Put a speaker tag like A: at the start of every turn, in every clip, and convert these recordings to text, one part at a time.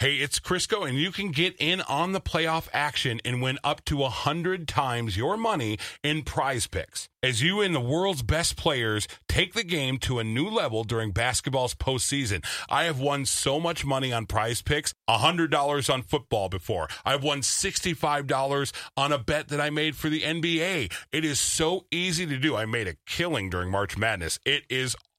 A: Hey, it's Crisco, and you can get in on the playoff action and win up to 100 times your money in prize picks. As you and the world's best players take the game to a new level during basketball's postseason, I have won so much money on prize picks $100 on football before. I've won $65 on a bet that I made for the NBA. It is so easy to do. I made a killing during March Madness. It is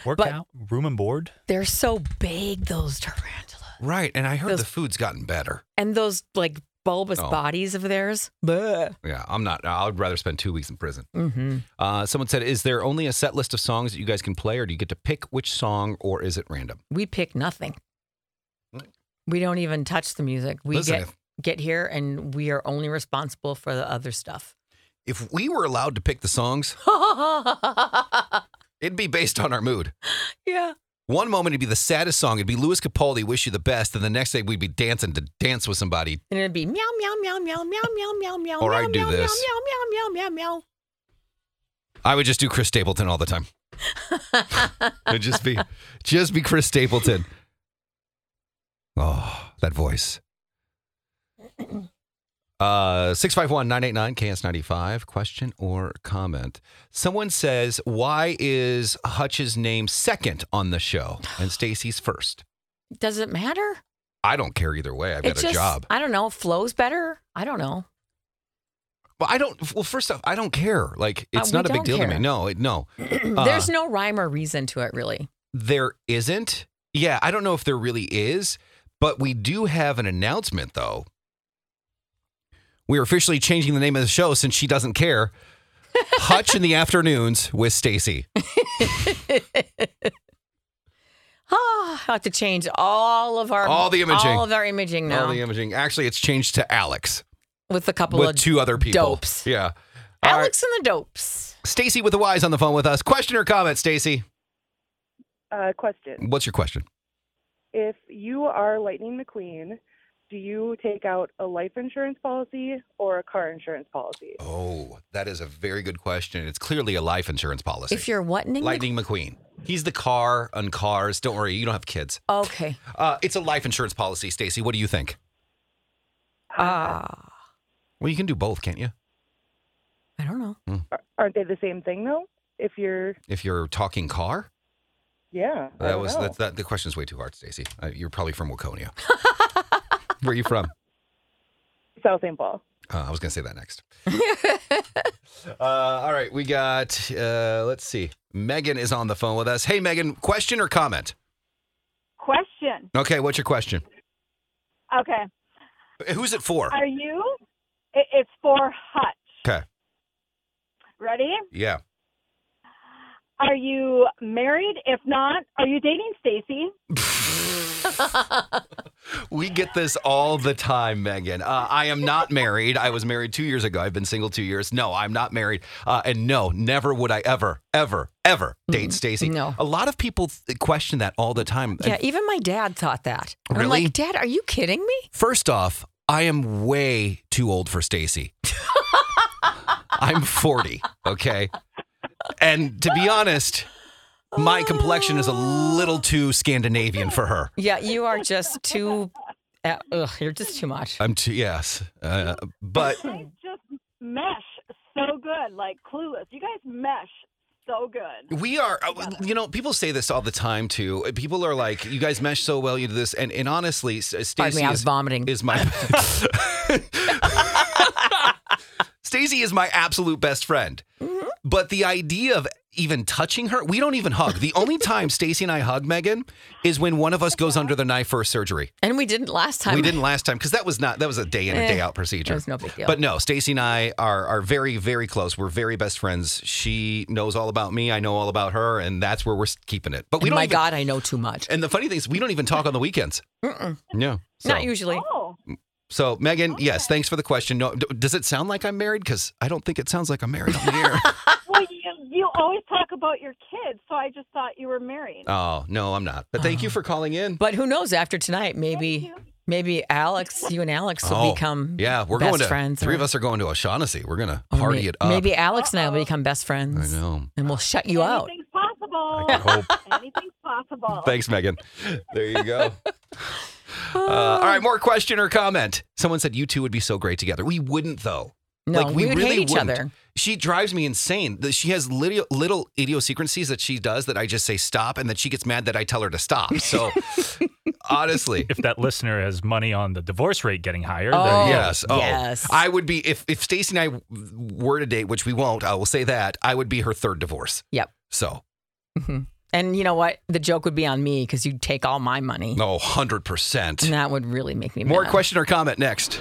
B: Workout, room and board.
C: they're so big, those tarantulas.
D: Right, and I heard
C: Those-
D: the food's gotten better.
C: And those like bulbous
D: Oh.
C: bodies of theirs. Bleh.
D: Yeah, I'm not. I'd rather spend two weeks in prison.
C: Mm-hmm.
D: Uh, someone said, "Is there only a set list of songs that you guys can play, or do you get to pick which song, or is it random?"
C: We pick nothing. We don't even touch the music. We
D: Listen,
C: get
D: if-
C: get here and we are only responsible for the other stuff.
D: If we were allowed to pick the songs, it'd be based on our mood.
C: yeah.
D: One moment it'd be the saddest song, it'd be Louis Capaldi, "Wish You the Best," and the next day we'd be dancing to dance with somebody.
C: And it'd be meow meow meow meow meow meow meow meow
D: Or
C: meow
D: I'd do
C: meow,
D: this.
C: meow meow meow meow meow.
D: I would just do Chris Stapleton all the time. It'd just be, just be Chris Stapleton. Oh, that voice. Uh, 651-989-KS95, question or comment. Someone says, why is Hutch's name second on the show and Stacy's first?
C: Does it matter?
D: I don't care either way. I've got
C: it
D: a
C: just
D: job.
C: I don't know, flows better. I don't know.
D: Well, I don't, well, first off, I don't care. Like,
C: Uh,
D: it's
C: we
D: not a big
C: don't
D: deal to
C: care.
D: me. No, it, no. Uh.
C: There's no rhyme or reason to it really.
D: there isn't. Yeah, I don't know if there really is, but we do have an announcement though. We are officially changing the name of the show since she doesn't care. Hutch in the afternoons with Stacy.
C: Ah, I have to change all of our
D: All the imaging.
C: all of our imaging now
D: All the imaging. Actually, it's changed to Alex
C: with a couple
D: with
C: of
D: two other people.
C: dopes.
D: Yeah. All right.
C: Alex and the Dopes.
D: Stacy with the Y's on the phone with us. Question or comment, Stacy?
E: Uh, question.
D: What's your question?
E: If you are Lightning McQueen, do you take out a life insurance policy or a car insurance policy?
D: Oh, that is a very good question. It's clearly a life insurance policy.
C: If you're what Nick?
D: Lightning McQueen. He's the car on cars. Don't worry, you don't have kids.
C: Okay.
D: Uh, it's a life insurance policy, Stacy. What do you think?
C: Ah,
D: Well, you can do both, can't you?
C: I don't know.
E: Ar- Aren't they the same thing though? If you're,
D: If you're talking car,
E: yeah. I
D: that
E: don't
D: was
E: know.
D: that, that. The question's way too hard, Stacy. Uh, you're probably from Waconia. Where are you from?
E: South St. Paul.
D: Uh, I was gonna say that next. uh, all right, we got. Uh, let's see. Megan is on the phone with us. Hey, Megan, question or comment?
F: Question.
D: Okay, what's your question?
F: Okay.
D: Who's it for?
F: Are you? It, it's for Hutch.
D: 'Kay.
F: Ready?
D: Yeah.
F: Are you married? If not, are you dating Stacy?
D: We get this all the time, Megan. Uh, I am not married. I was married two years ago. I've been single two years. No, I'm not married. Uh, and no, never would I ever, ever, ever date Stacy.
C: no.
D: A lot of people th- question that all the time.
C: Yeah,
D: And
C: even my dad thought that. And I'm
D: Really?
C: like, Dad, are you kidding me?
D: First off, I am way too old for Stacy. I'm 40, okay? And to be honest, My complexion is a little too Scandinavian for her.
C: Yeah, you are just too. Uh, ugh, you're just too much.
D: I'm too, yes. Uh, but
F: You guys just mesh so good, like clueless. You guys mesh so good.
D: we are, uh, you know, people say this all the time too. People are like, you guys mesh so well, you do this. And, and honestly, S-
C: Pardon
D: Stacey
C: me, I was
D: is,
C: vomiting.
D: is my. Stacey is my absolute best friend.
C: Mm-hmm.
D: But the idea of even touching her, we don't even hug. The only time Stacey and I hug Megan is when one of us goes under the knife for a surgery.
C: and we didn't last time.
D: We didn't last time because that was not that was a day in a
C: Eh,
D: day out procedure.
C: it was no big deal.
D: But no, Stacy and I are are very very close. We're very best friends. She knows all about me. I know all about her, and that's where we're s- keeping it. But we
C: And
D: don't.
C: my
D: even-
C: God, I know too much.
D: And the funny thing is, we don't even talk on the weekends.
C: Mm-mm.
D: Yeah. So,
C: Not usually.
F: Oh,
D: So Megan, yes, thanks for the question. No, d- does it sound like I'm married? Because I don't think it sounds like I'm married on the air.
F: well, you, you always talk about your kids, so I just thought you were married.
D: oh no, I'm not. But thank you for calling in.
C: But who knows? After tonight, maybe
F: Thank you.
C: maybe Alex, you and Alex will
D: Oh,
C: become
D: Yeah, we're
C: best
D: going to
C: friends.
D: three of
C: or-
D: us are going to O'Shaughnessy. We're gonna
C: or
D: party
C: may-
D: it up.
C: Maybe Alex and I will become best
D: I
C: friends.
D: know.
C: And we'll shut you out.
F: Anything's possible.
B: I hope.
F: Anything's possible.
D: Thanks, Megan. There you go. Uh, all right, more question or comment. Someone said you two would be so great together. We wouldn't though.
C: No,
D: like we,
C: we would
D: really
C: hate each
D: wouldn't.
C: other.
D: She drives me insane. The- She has little, little idiosyncrasies that she does that I just say stop, and then she gets mad that I tell her to stop. So honestly,
B: If that listener has money on the divorce rate getting higher,
C: Oh,
B: then
D: yes, oh,
C: yes.
D: I would be if if Stacy and I were to date, which we won't. I will say that I would be her third divorce.
C: Yep.
D: So
C: And you know what? The joke would be on me because you'd take all my money.
D: no, hundred percent.
C: And that would really make me
D: More
C: mad.
D: question or comment next.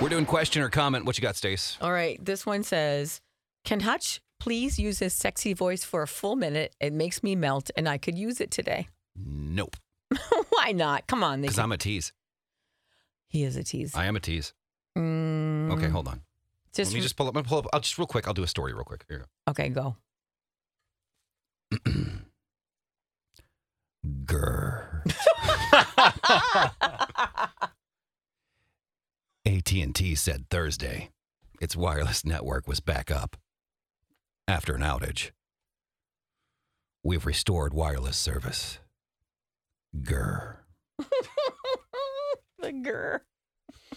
D: We're doing question or comment. What you got, Stace?
C: All right. This one says Can Hutch please use his sexy voice for a full minute? It makes me melt and I could use it today.
D: Nope.
C: Why not? Come on. They
D: Because
C: can-
D: I'm a tease.
C: he is a tease.
D: I am a tease.
C: Mm,
D: Okay, hold on.
C: Just,
D: Let me just pull up. I'm gonna pull up. I'll just real quick. I'll do a story real quick. Here
C: Okay, go.
D: you go. Grr. AT&T said Thursday its wireless network was back up after an outage. We've restored wireless service. Grr.
C: the girl.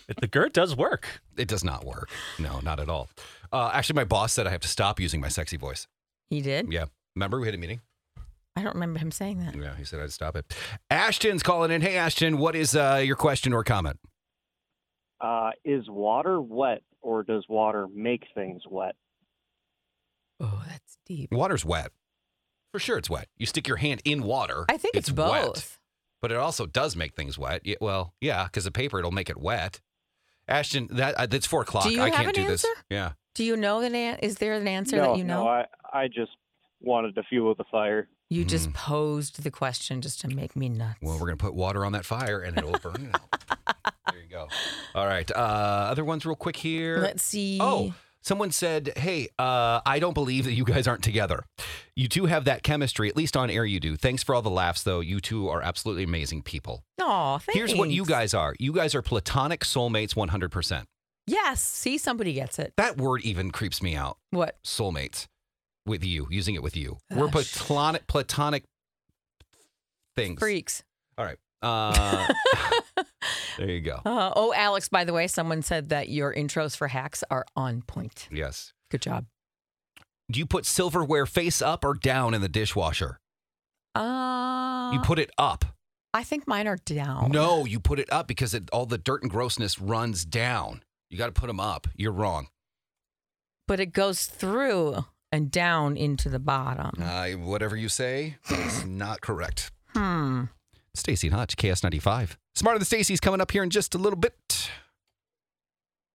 B: if the GERD does work.
D: It does not work. No, not at all. Uh, actually, my boss said I have to stop using my sexy voice.
C: He did?
D: Yeah. Remember we had a meeting?
C: I don't remember him saying that.
D: Yeah, he said I'd stop it. Ashton's calling in. Hey, Ashton, what is uh, your question or comment?
G: uh, is water wet or does water make things wet?
C: Oh, that's deep.
D: Water's wet. For sure, it's wet. You stick your hand in water.
C: I think it's,
D: wet.
C: both.
D: but it also does make things wet. Yeah, well, yeah, because the paper it'll make it wet. Ashton, that uh, that's four o'clock.
C: you
D: I
C: have
D: can't
C: an
D: do this.
C: answer?
D: Yeah.
C: Do you know an an- is there an answer
G: no,
C: that you know?
G: no, I, I just wanted to fuel the fire.
C: you just
D: Mm.
C: posed the question just to make me nuts.
D: Well, we're gonna put water on that fire and it'll burn it out. There you go. All right. Uh, other ones real quick here.
C: Let's see.
D: Oh, someone said, "Hey, uh, I don't believe that you guys aren't together. You two have that chemistry, at least on air. You do. Thanks for all the laughs, though. You two are absolutely amazing people.
C: Aw, thanks.
D: Here's what you guys are. You guys are platonic soulmates, 100. percent
C: Yes. See, somebody gets it.
D: That word even creeps me out.
C: What?
D: Soulmates, with you using it with you. We're
C: Gosh.
D: platonic, platonic things.
C: Freaks.
D: All right. Uh, there you go.
C: Uh, oh, Alex, by the way, someone said that your intros for hacks are on point.
D: Yes.
C: Good job.
D: Do you put silverware face up or down in the dishwasher?
C: Uh,
D: You put it up.
C: I think mine are down.
D: No, you put it up because it, all the dirt and grossness runs down. You got to put them up. You're wrong.
C: But it goes through and down into the bottom.
D: Uh, whatever you say is not correct.
C: Hmm.
D: Stacy and Hutch, KS95. Smarter than Stacy's coming up here in just a little bit.